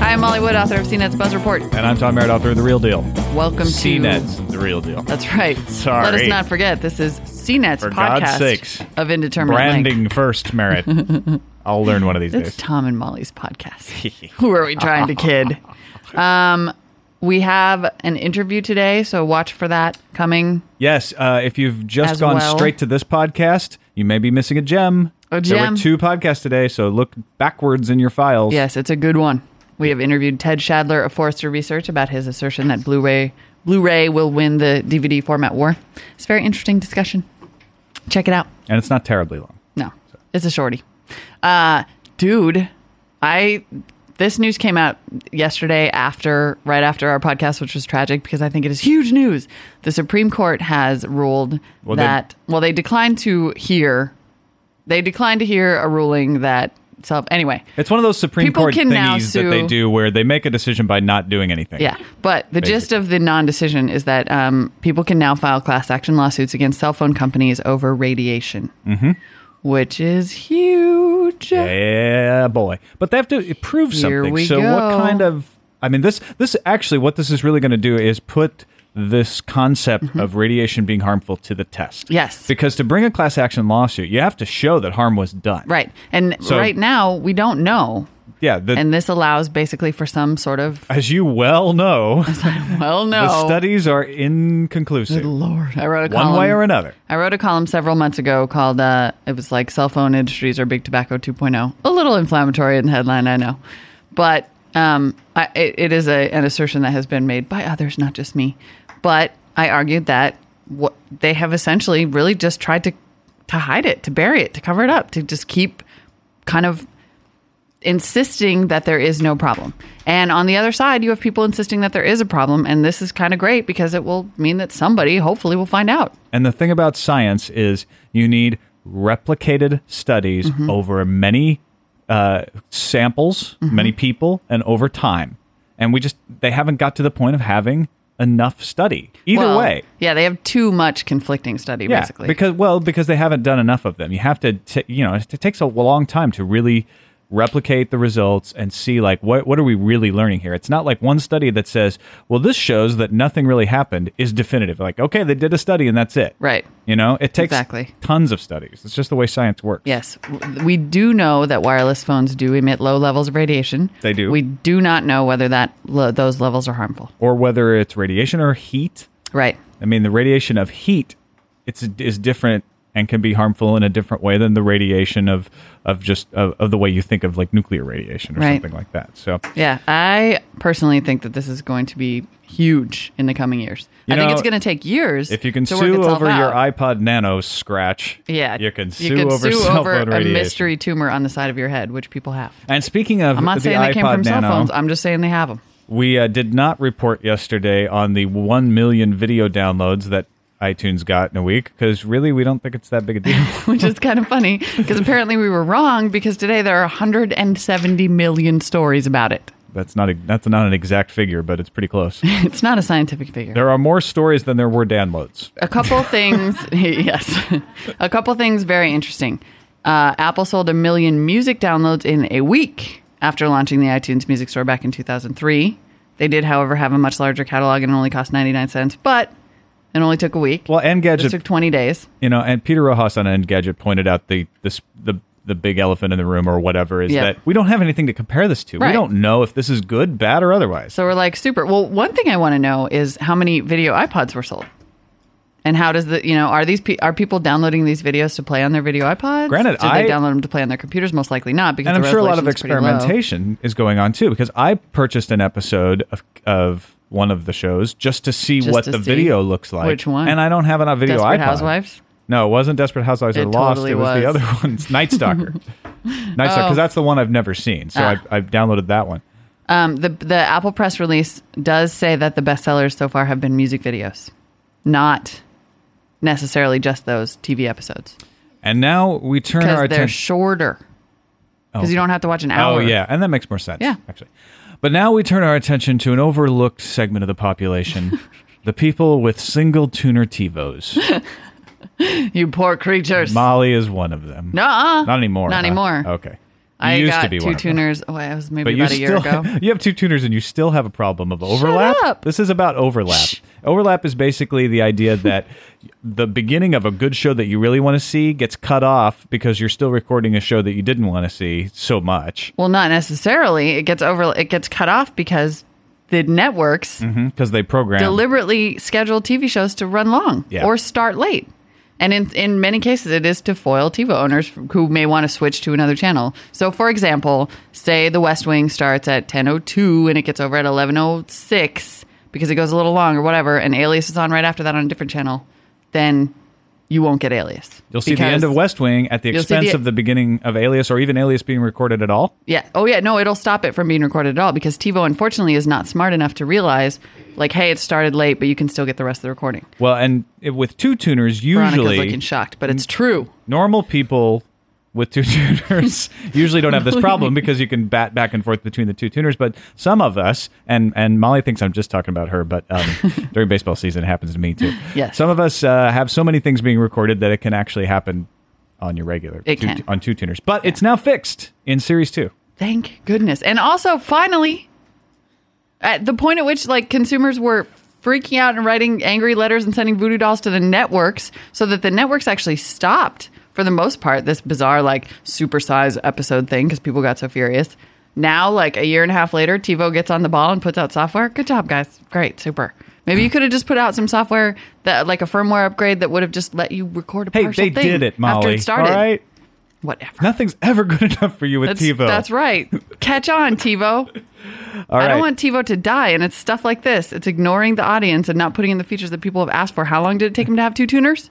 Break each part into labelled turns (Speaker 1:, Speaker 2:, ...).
Speaker 1: I'm Molly Wood, author of CNET's Buzz Report.
Speaker 2: And I'm Tom Merritt, author of The Real Deal.
Speaker 1: Welcome to
Speaker 2: CNET's The Real Deal.
Speaker 1: That's right.
Speaker 2: Sorry.
Speaker 1: Let us not forget this is CNET's
Speaker 2: For
Speaker 1: podcast
Speaker 2: God's sakes.
Speaker 1: of indeterminate length.
Speaker 2: Branding first, Merritt. I'll learn one of these
Speaker 1: It's
Speaker 2: days.
Speaker 1: Tom and Molly's podcast. Who are we trying to kid? Um, we have an interview today, so watch for that coming.
Speaker 2: Yes, uh, if you've
Speaker 1: As
Speaker 2: just gone
Speaker 1: well.
Speaker 2: straight to this podcast, you may be missing a gem.
Speaker 1: A
Speaker 2: There
Speaker 1: gem.
Speaker 2: were two podcasts today, so look backwards in your files.
Speaker 1: Yes, it's a good one. We have interviewed Ted Shadler of Forrester Research about his assertion that Blu-ray Blu-ray will win the DVD format war. It's a very interesting discussion. Check it out.
Speaker 2: And it's not terribly long.
Speaker 1: No, it's a shorty. Uh, dude, I this news came out yesterday after right after our podcast, which was tragic because I think it is huge news. The Supreme Court has ruled
Speaker 2: Well, they-
Speaker 1: that well, they declined to hear. They declined to hear a ruling that self. Anyway,
Speaker 2: It's one of those Supreme
Speaker 1: People
Speaker 2: Court
Speaker 1: can now
Speaker 2: thingies that they
Speaker 1: sue-
Speaker 2: do where they make a decision by not doing anything.
Speaker 1: Yeah, but the gist of the non-decision is that um, people can now file class action lawsuits against cell phone companies over radiation, mm-hmm. which is huge.
Speaker 2: Yeah, boy. But they have to prove
Speaker 1: Here
Speaker 2: something.
Speaker 1: we
Speaker 2: so what
Speaker 1: go.
Speaker 2: kind of I mean this this actually what this is really going to do is put this concept of radiation being harmful to the test.
Speaker 1: Mm-hmm. Yes.
Speaker 2: Because to bring a class action lawsuit, you have to show that harm was done.
Speaker 1: Right, and
Speaker 2: So-
Speaker 1: right now we don't know,
Speaker 2: Yeah, the,
Speaker 1: and this allows basically for some sort of
Speaker 2: as you well know,
Speaker 1: well, no
Speaker 2: the studies are inconclusive.
Speaker 1: Lord, I wrote a column.
Speaker 2: One way or another.
Speaker 1: I wrote a column several months ago called uh, "It was like cell phone industries or big tobacco 2.0." A little inflammatory in the headline, I know, but um, I, it, it is a, an assertion that has been made by others, not just me. But I argued that what they have essentially really just tried to to hide it, to bury it, to cover it up, to just keep kind of insisting that there is no problem. And on the other side, you have people insisting that there is a problem, and this is kind of great because it will mean that somebody hopefully will find out.
Speaker 2: And the thing about science is you need replicated studies over many uh, samples, many people, and over time. And we just, they haven't got to the point of having enough study. Either
Speaker 1: Well,
Speaker 2: way.
Speaker 1: Yeah, they have too much conflicting study,
Speaker 2: Yeah,
Speaker 1: basically.
Speaker 2: because well, because they haven't done enough of them. You have to, t- you know, it takes a long time to really replicate the results and see like what what are we really learning here. It's not like one study that says, well, this shows that nothing really happened is definitive. Like, okay, they did a study and that's it.
Speaker 1: right.
Speaker 2: You know, it takes
Speaker 1: Exactly.
Speaker 2: tons of studies. It's just the way science works.
Speaker 1: Yes. W- We do know that wireless phones do emit low levels of radiation.
Speaker 2: They do.
Speaker 1: We do not know whether that lo- those levels are harmful.
Speaker 2: Or whether it's radiation or heat.
Speaker 1: Right.
Speaker 2: I mean, the radiation of heat it's is different and can be harmful in a different way than the radiation of of just of, of the way you think of like nuclear radiation or
Speaker 1: Right.
Speaker 2: something like that. So
Speaker 1: Yeah, I personally think that this is going to be huge in the coming years.
Speaker 2: You
Speaker 1: I think
Speaker 2: know,
Speaker 1: it's going to take years.
Speaker 2: if you can
Speaker 1: to work
Speaker 2: sue
Speaker 1: itself
Speaker 2: over
Speaker 1: out.
Speaker 2: your iPod Nano scratch,
Speaker 1: yeah,
Speaker 2: you can sue
Speaker 1: could sue
Speaker 2: over cell
Speaker 1: over
Speaker 2: phone
Speaker 1: a
Speaker 2: radiation.
Speaker 1: mystery tumor on the side of your head, which people have.
Speaker 2: And speaking of
Speaker 1: I'm not
Speaker 2: the
Speaker 1: saying
Speaker 2: iPod
Speaker 1: they came from
Speaker 2: Nano,
Speaker 1: cell phones. I'm just saying they have them.
Speaker 2: We uh, did not report yesterday on the 1 million video downloads that iTunes got in a week because really we don't think it's that big a deal.
Speaker 1: which is kind of funny because apparently we were wrong because today there are 170 million stories about it.
Speaker 2: that's not a, that's not an exact figure, but it's pretty close.
Speaker 1: It's not a scientific figure.
Speaker 2: there are more stories than there were downloads.
Speaker 1: a couple things, yes, a couple things very interesting. Uh, Apple sold a million music downloads in a week after launching the iTunes Music Store back in 2003. They did, however, have a much larger catalog and it only cost 99 cents, but it only took a week.
Speaker 2: Well,
Speaker 1: it
Speaker 2: Engadget,
Speaker 1: took 20 days.
Speaker 2: you know, and Peter Rojas on Engadget pointed out the this the the big elephant in the room or whatever is
Speaker 1: Yeah.
Speaker 2: that we don't have anything to compare this to.
Speaker 1: Right.
Speaker 2: We don't know if this is good, bad, or otherwise.
Speaker 1: So we're like, super. Well, one thing I want to know is how many video iPods were sold, and how does the you know are these pe- are people downloading these videos to play on their video iPods?
Speaker 2: Granted,
Speaker 1: do they
Speaker 2: I-
Speaker 1: download them to play on their computers? Most likely not, because
Speaker 2: and I'm
Speaker 1: the
Speaker 2: sure a lot of
Speaker 1: resolution's pretty low.
Speaker 2: experimentation is going on too because I purchased an episode of, of one of the shows just to see
Speaker 1: Just
Speaker 2: what
Speaker 1: to
Speaker 2: the
Speaker 1: see
Speaker 2: video looks like.
Speaker 1: which one?
Speaker 2: And I don't have an a video
Speaker 1: Desperate
Speaker 2: iPod.
Speaker 1: Housewives.
Speaker 2: No, it wasn't Desperate Housewives
Speaker 1: It
Speaker 2: or Lost.
Speaker 1: totally
Speaker 2: it
Speaker 1: was.
Speaker 2: was, the other one. It's Night Stalker. Night Stalker,
Speaker 1: Oh. Ah.
Speaker 2: because that's the one I've never seen. So I, I downloaded that one.
Speaker 1: Um, the the Apple press release does say that the bestsellers so far have been music videos, not necessarily just those TV episodes
Speaker 2: And now we turn our
Speaker 1: because they're
Speaker 2: attention.
Speaker 1: shorter. Because you don't have to watch an hour.
Speaker 2: Oh yeah, and that makes more sense.
Speaker 1: Yeah.
Speaker 2: actually. But now we turn our attention to an overlooked segment of the population, the people with single tuner TiVos.
Speaker 1: you poor creatures.
Speaker 2: Molly is one of them.
Speaker 1: Nuh-uh.
Speaker 2: Not anymore.
Speaker 1: Not
Speaker 2: huh?
Speaker 1: anymore.
Speaker 2: Okay.
Speaker 1: I
Speaker 2: used
Speaker 1: got
Speaker 2: to be
Speaker 1: two
Speaker 2: one of them.
Speaker 1: tuners. Oh, I was maybe
Speaker 2: But you
Speaker 1: about a year
Speaker 2: still
Speaker 1: ago.
Speaker 2: you have two tuners and you still have a problem of overlap.
Speaker 1: up.
Speaker 2: This is about overlap.
Speaker 1: Shh.
Speaker 2: Overlap is basically the idea that the beginning of a good show that you really want to see gets cut off because you're still recording a show that you didn't want to see so much
Speaker 1: Well, not necessarily. It gets over. It gets cut off because the networks
Speaker 2: because Mm-hmm, they program.
Speaker 1: deliberately schedule TV shows to run long
Speaker 2: Yeah.
Speaker 1: or start late. And in, in many cases, it is to foil TiVo owners who may want to switch to another channel. So, for example, say The West Wing starts at 10.02 and it gets over at 11.06 because it goes a little long or whatever, and Alias is on right after that on a different channel, then you won't get Alias.
Speaker 2: You'll see the end of
Speaker 1: Because-
Speaker 2: West Wing at the
Speaker 1: You'll see
Speaker 2: expense
Speaker 1: the- e-
Speaker 2: of the beginning of Alias or even Alias being recorded at all.
Speaker 1: Yeah. Oh, yeah. No, it'll stop it from being recorded at all because TiVo, unfortunately, is not smart enough to realize, like, hey, it started late, but you can still get the rest of the recording.
Speaker 2: Well, and it, with two tuners,
Speaker 1: Veronica's
Speaker 2: usually
Speaker 1: looking shocked, but it's true.
Speaker 2: normal people with two tuners usually don't have this problem because you can bat back and forth between the two tuners. But some of us, and and Molly thinks I'm just talking about her, but um, during baseball season, it happens to me too.
Speaker 1: Yes.
Speaker 2: Some of us uh, have so many things being recorded that it can actually happen on your regular
Speaker 1: It
Speaker 2: two-
Speaker 1: can.
Speaker 2: on two tuners. But it's now fixed in series two.
Speaker 1: Thank goodness. And also, finally, at the point at which like consumers were freaking out and writing angry letters and sending voodoo dolls to the networks, so that the networks actually stopped for the most part this bizarre like supersize episode thing because people got so furious. Now, like a year and a half later, TiVo gets on the ball and puts out software. Good job, guys. Great, super. Maybe you could have just put out some software that, like a firmware upgrade, that would have just let you record a
Speaker 2: Hey,
Speaker 1: partial
Speaker 2: they
Speaker 1: thing
Speaker 2: did it, Molly.
Speaker 1: after it started.
Speaker 2: All right.
Speaker 1: Whatever.
Speaker 2: Nothing's ever good enough for you with
Speaker 1: That's,
Speaker 2: TiVo.
Speaker 1: that's right. Catch on, TiVo.
Speaker 2: All
Speaker 1: I
Speaker 2: right.
Speaker 1: don't want TiVo to die, and it's stuff like this. It's ignoring the audience and not putting in the features that people have asked for. How long did it take them to have two tuners?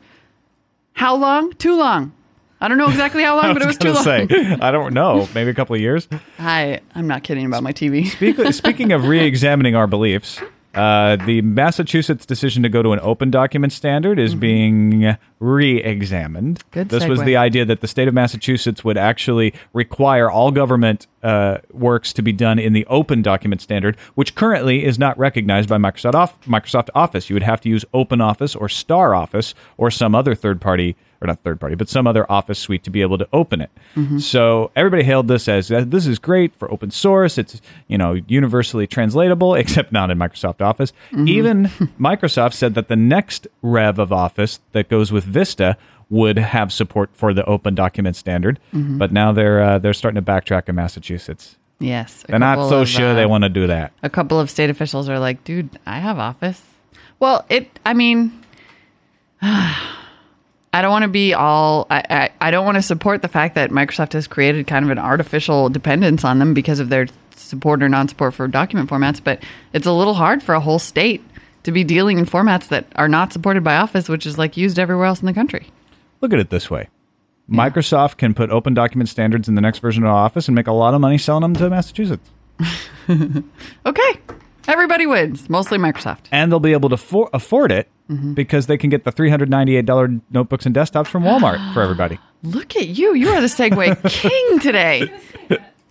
Speaker 1: How long? Too long. I don't know exactly how long, but it was too
Speaker 2: gonna
Speaker 1: long.
Speaker 2: say, I don't know. Maybe a couple of years.
Speaker 1: I, I'm not kidding about my TV.
Speaker 2: Speak- Speaking of re-examining our beliefs, uh, the Massachusetts decision to go to an open document standard
Speaker 1: Mm-hmm.
Speaker 2: is being re-examined.
Speaker 1: Good
Speaker 2: this was
Speaker 1: segue.
Speaker 2: the idea that the state of Massachusetts would actually require all government uh, works to be done in the open document standard, which currently is not recognized by Microsoft, Off- Microsoft Office. You would have to use Open Office or Star Office or some other third party, or not third party, but some other Office suite to be able to open it.
Speaker 1: Mm-hmm.
Speaker 2: So everybody hailed this as "Uh, this is great for open source. It's you know universally translatable, except not in Microsoft Office.
Speaker 1: Mm-hmm.
Speaker 2: Even Microsoft said that the next rev of Office that goes with Vista would have support for the open document standard, but now they're uh, they're starting to backtrack in Massachusetts.
Speaker 1: Yes. Mm-hmm. a
Speaker 2: They're not
Speaker 1: couple
Speaker 2: so
Speaker 1: of,
Speaker 2: sure
Speaker 1: uh,
Speaker 2: they want to do that.
Speaker 1: a couple of state officials are like, dude, I have office. Well, it, I mean, I don't want to be all, I, I, I don't want to support the fact that Microsoft has created kind of an artificial dependence on them because of their support or non support for document formats, but it's a little hard for a whole state to be dealing in formats that are not supported by Office, which is like used everywhere else in the country.
Speaker 2: Look at it this way. Microsoft can put open document standards in the next version of Office and make a lot of money selling them to Massachusetts.
Speaker 1: Okay. Everybody wins, mostly Microsoft.
Speaker 2: and they'll be able to for- afford it
Speaker 1: Mm-hmm.
Speaker 2: because they can get the $398 notebooks and desktops from Walmart for everybody.
Speaker 1: Look at you. You are the Segway king today.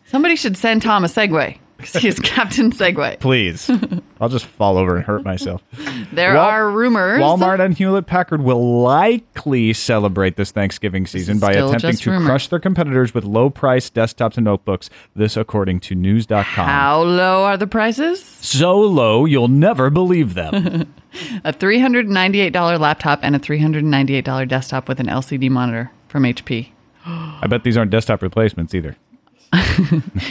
Speaker 1: Somebody should send Tom a Segway because he is Captain Segway.
Speaker 2: Please. I'll just fall over and hurt myself.
Speaker 1: There
Speaker 2: Wal-
Speaker 1: are rumors.
Speaker 2: Walmart and Hewlett Packard will likely celebrate this Thanksgiving season
Speaker 1: is
Speaker 2: by
Speaker 1: still
Speaker 2: attempting
Speaker 1: just
Speaker 2: to
Speaker 1: rumor.
Speaker 2: crush their competitors with low priced desktops and notebooks. This, according to news.com.
Speaker 1: How low are the prices?
Speaker 2: So low, you'll never believe them.
Speaker 1: A $398 laptop and a $398 desktop with an LCD monitor from HP.
Speaker 2: I bet these aren't desktop replacements either.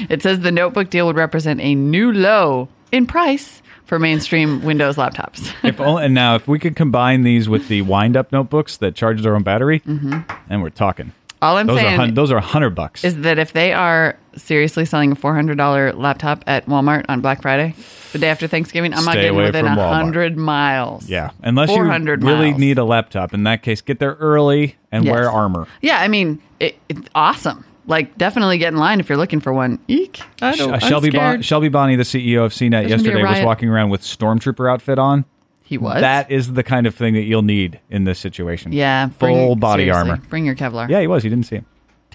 Speaker 1: It says the notebook deal would represent a new low in price for mainstream Windows laptops.
Speaker 2: If only, and now, if we could combine these with the wind up notebooks that charge their own battery, and we're talking.
Speaker 1: All Mm-hmm. I'm
Speaker 2: Those are,
Speaker 1: saying
Speaker 2: hun- those are 100 bucks.
Speaker 1: is that if they are seriously selling a $400 laptop at Walmart on Black Friday, the day after Thanksgiving, I'm not
Speaker 2: Stay
Speaker 1: getting
Speaker 2: away
Speaker 1: within
Speaker 2: from Walmart.
Speaker 1: 100 miles.
Speaker 2: Yeah, unless you
Speaker 1: 400
Speaker 2: really
Speaker 1: miles.
Speaker 2: need a laptop. In that case, get there early and
Speaker 1: Yes.
Speaker 2: wear armor.
Speaker 1: Yeah, I mean, it, it's awesome. Like, definitely get in line if you're looking for one. Eek. I don't,
Speaker 2: Uh,
Speaker 1: I'm
Speaker 2: Shelby, bon-
Speaker 1: scared.
Speaker 2: Shelby Bonnie, the CEO of
Speaker 1: There's
Speaker 2: CNET,
Speaker 1: gonna be a
Speaker 2: yesterday was
Speaker 1: riot.
Speaker 2: walking around with stormtrooper outfit on.
Speaker 1: he was.
Speaker 2: That is the kind of thing that you'll need in this situation.
Speaker 1: yeah. bring-
Speaker 2: full body
Speaker 1: seriously,
Speaker 2: armor.
Speaker 1: Bring your Kevlar.
Speaker 2: Yeah, he was. You didn't see him.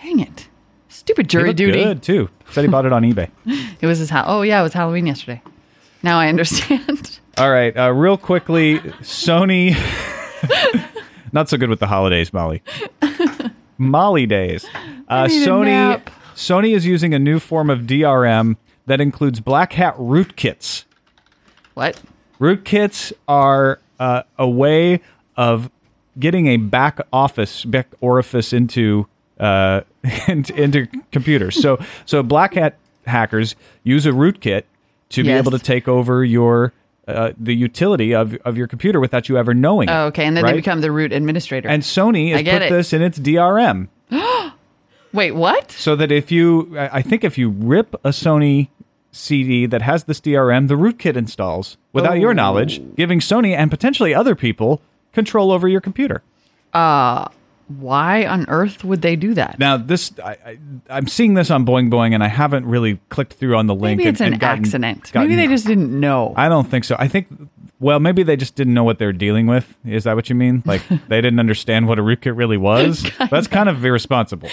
Speaker 1: Dang it. Stupid
Speaker 2: He
Speaker 1: jury
Speaker 2: looked
Speaker 1: duty.
Speaker 2: good too. Said he bought it on eBay.
Speaker 1: It was his ha- Oh, yeah, it was Halloween yesterday. Now I understand.
Speaker 2: All right, uh, real quickly, Sony. Not so good with the holidays, Molly. Molly days. Uh,
Speaker 1: need a
Speaker 2: Sony.
Speaker 1: nap.
Speaker 2: Sony is using a new form of DRM that includes black hat rootkits.
Speaker 1: What?
Speaker 2: Rootkits are uh, a way of getting a back office, back orifice into uh, into, into computers. So so black hat hackers use a rootkit to be
Speaker 1: Yes.
Speaker 2: able to take over your uh, the utility of, of your computer without you ever knowing. it,
Speaker 1: Oh, okay. And then
Speaker 2: right?
Speaker 1: they become the root administrator.
Speaker 2: and Sony
Speaker 1: I
Speaker 2: has
Speaker 1: get
Speaker 2: put
Speaker 1: it.
Speaker 2: this in its DRM
Speaker 1: Wait, what?
Speaker 2: so that if you, I I think if you rip a Sony CD that has this DRM, the rootkit installs without your knowledge, giving Sony and potentially other people control over your computer.
Speaker 1: Why on earth would they do that?
Speaker 2: Now, this I, I, I'm seeing this on Boing Boing, and I haven't really clicked through on the link.
Speaker 1: Maybe
Speaker 2: and-
Speaker 1: it's an
Speaker 2: and gotten-
Speaker 1: accident.
Speaker 2: gotten-
Speaker 1: Maybe they just didn't know.
Speaker 2: I don't think so. I think, well, maybe they just didn't know what they're dealing with. Is that what you mean? Like they didn't understand what a rootkit really was. That's kind of irresponsible.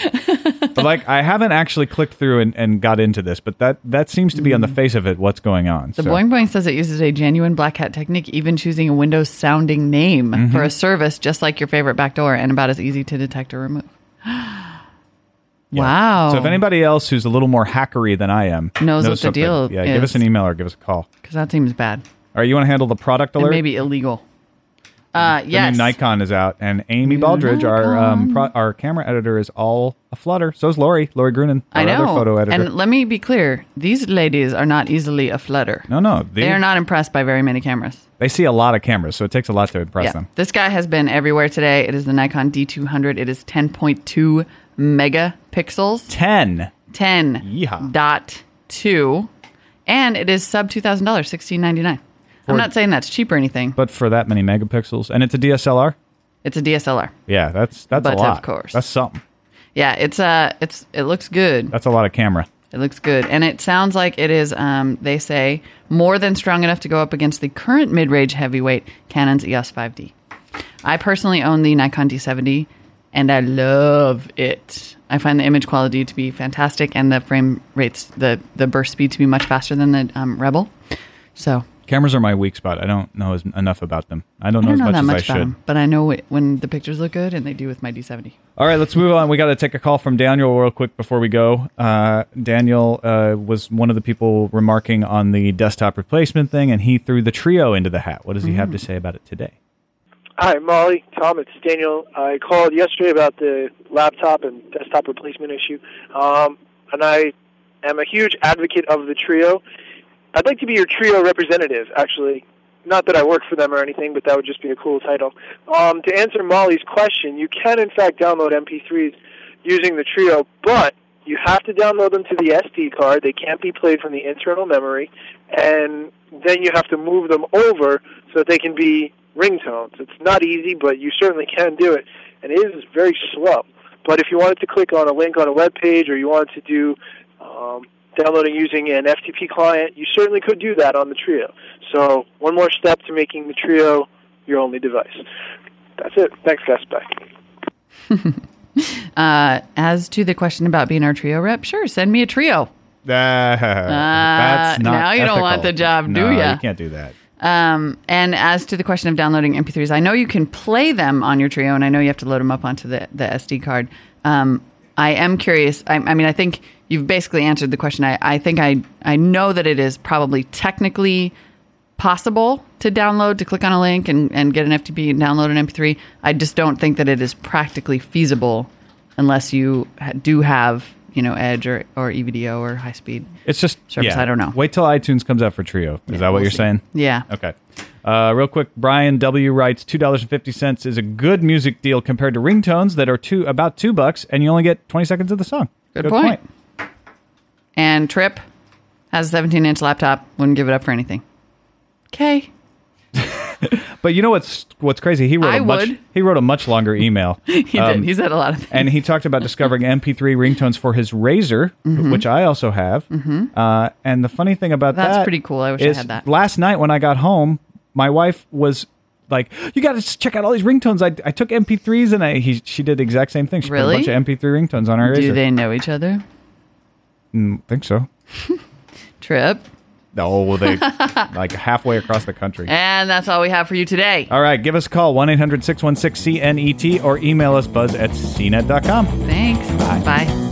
Speaker 2: but like, I haven't actually clicked through and, and got into this, but that that seems to be on the face of it what's going on.
Speaker 1: Mm. The Boing Boing says it uses a genuine black hat technique, even choosing a Windows sounding name
Speaker 2: Mm-hmm.
Speaker 1: for a service, just like your favorite backdoor, and about as easy to detect or remove. Wow.
Speaker 2: So if anybody else who's a little more hackery than I am
Speaker 1: Oh. Knows what the
Speaker 2: something,
Speaker 1: deal
Speaker 2: yeah, give us
Speaker 1: is.
Speaker 2: an email or give us a call.
Speaker 1: Because that seems bad.
Speaker 2: All right, you want to handle the product alert? Mm-hmm.
Speaker 1: It may be illegal. Uh,
Speaker 2: The
Speaker 1: yes.
Speaker 2: new Nikon is out, and Amy Baldridge, our um, pro- our camera editor, is all aflutter. So is Lori, Lori Grunin, our
Speaker 1: I know.
Speaker 2: other photo editor.
Speaker 1: And let me be clear these ladies are not easily aflutter.
Speaker 2: no, no, they,
Speaker 1: They are not impressed by very many cameras.
Speaker 2: They see a lot of cameras, so it takes a lot to impress
Speaker 1: Yeah.
Speaker 2: them.
Speaker 1: This guy has been everywhere today. It is the Nikon D200. It is 10.2 megapixels.
Speaker 2: Ten.
Speaker 1: 10
Speaker 2: Yeehaw.
Speaker 1: dot 2 and it is sub $2000 $16.99 i'm not saying that's cheap or anything
Speaker 2: But for that many megapixels, and it's a DSLR.
Speaker 1: it's a dslr
Speaker 2: Yeah, that's that's
Speaker 1: But
Speaker 2: a
Speaker 1: of
Speaker 2: lot.
Speaker 1: course.
Speaker 2: that's something.
Speaker 1: yeah it's uh it's it looks good
Speaker 2: That's a lot of camera.
Speaker 1: it looks good and it sounds like it is um they say more than strong enough to go up against the current mid-range heavyweight canon's E eos 5d i personally own the nikon d70 and i love it i find the image quality to be fantastic and the frame rates the the burst speed to be much faster than the um, rebel so
Speaker 2: Cameras are my weak spot. I don't know as, enough about them. I don't know
Speaker 1: I don't know
Speaker 2: as
Speaker 1: that
Speaker 2: much
Speaker 1: much
Speaker 2: as I
Speaker 1: about
Speaker 2: should.
Speaker 1: them, but I know it, when the pictures look good, and they do with my D70.
Speaker 2: All right, let's move on. We got to take a call from Daniel real quick before we go. Uh, Daniel uh, was one of the people remarking on the desktop replacement thing, and he threw the trio into the hat. What does he have
Speaker 1: Mm.
Speaker 2: to say about it today?
Speaker 3: Hi, Molly, Tom, it's Daniel. I called yesterday about the laptop and desktop replacement issue, um, and I am a huge advocate of the trio. I'd like to be your trio representative, actually. Not that I work for them or anything, but that would just be a cool title. Um, to answer Molly's question, you can, in fact, download MP3s using the trio, but you have to download them to the SD card. They can't be played from the internal memory, and then you have to move them over so that they can be ringtones. It's not easy, but you certainly can do it, and it is very slow. But if you wanted to click on a link on a web page, or you wanted to do um, downloading using an FTP client, you certainly could do that on the Trio. So one more step to making the Trio your only device. That's it. Thanks, guys. Bye.
Speaker 1: Uh, as to the question about being our trio rep, sure, send me a trio.
Speaker 2: that's not
Speaker 1: Uh, now you don't
Speaker 2: ethical.
Speaker 1: want the job, do
Speaker 2: no,
Speaker 1: ya?
Speaker 2: You can't do that.
Speaker 1: Um, and as to the question of downloading MP3s, I know you can play them on your trio, and I know you have to load them up onto the, the SD card. Um, I am curious. I, I mean, I think you've basically answered the question. I, I think I, I know that it is probably technically possible to download, to click on a link and, and get an FTP and download an MP3. I just don't think that it is practically feasible unless you ha- do have, you know, Edge or, or E EVDO or high speed.
Speaker 2: It's just
Speaker 1: Service,
Speaker 2: yeah.
Speaker 1: I don't know.
Speaker 2: Wait till iTunes comes out for Trio. Is that what
Speaker 1: we'll
Speaker 2: you're
Speaker 1: see.
Speaker 2: saying?
Speaker 1: Yeah.
Speaker 2: Okay. Uh, real quick, Brian W writes two dollars and fifty cents is a good music deal compared to ringtones that are two about two bucks, and you only get twenty seconds of the song.
Speaker 1: Good point. And Trip has a 17 inch laptop. Wouldn't give it up for anything. Okay.
Speaker 2: But you know what's what's crazy? He wrote
Speaker 1: I
Speaker 2: a much
Speaker 1: would.
Speaker 2: he wrote a much longer email.
Speaker 1: He
Speaker 2: Um,
Speaker 1: did. He said a lot of things.
Speaker 2: and he talked about discovering MP3 ringtones for his Razor, which I also have. Uh, and the funny thing about
Speaker 1: That's
Speaker 2: that
Speaker 1: pretty cool. I wish I
Speaker 2: is
Speaker 1: had that.
Speaker 2: Last night when I got home, my wife was like, "You got to check out all these ringtones. I, I took MP3s and I he, she did the exact same thing. She
Speaker 1: Really?
Speaker 2: put a bunch of MP3 ringtones on her
Speaker 1: Do
Speaker 2: Razor.
Speaker 1: they know each other?
Speaker 2: Mm, think so.
Speaker 1: Trip.
Speaker 2: Oh, well, they like halfway across the country.
Speaker 1: And that's all we have for you today.
Speaker 2: All right, give us a call E 1-800-616-CNET or email us buzz at cnet.com.
Speaker 1: Thanks. Bye.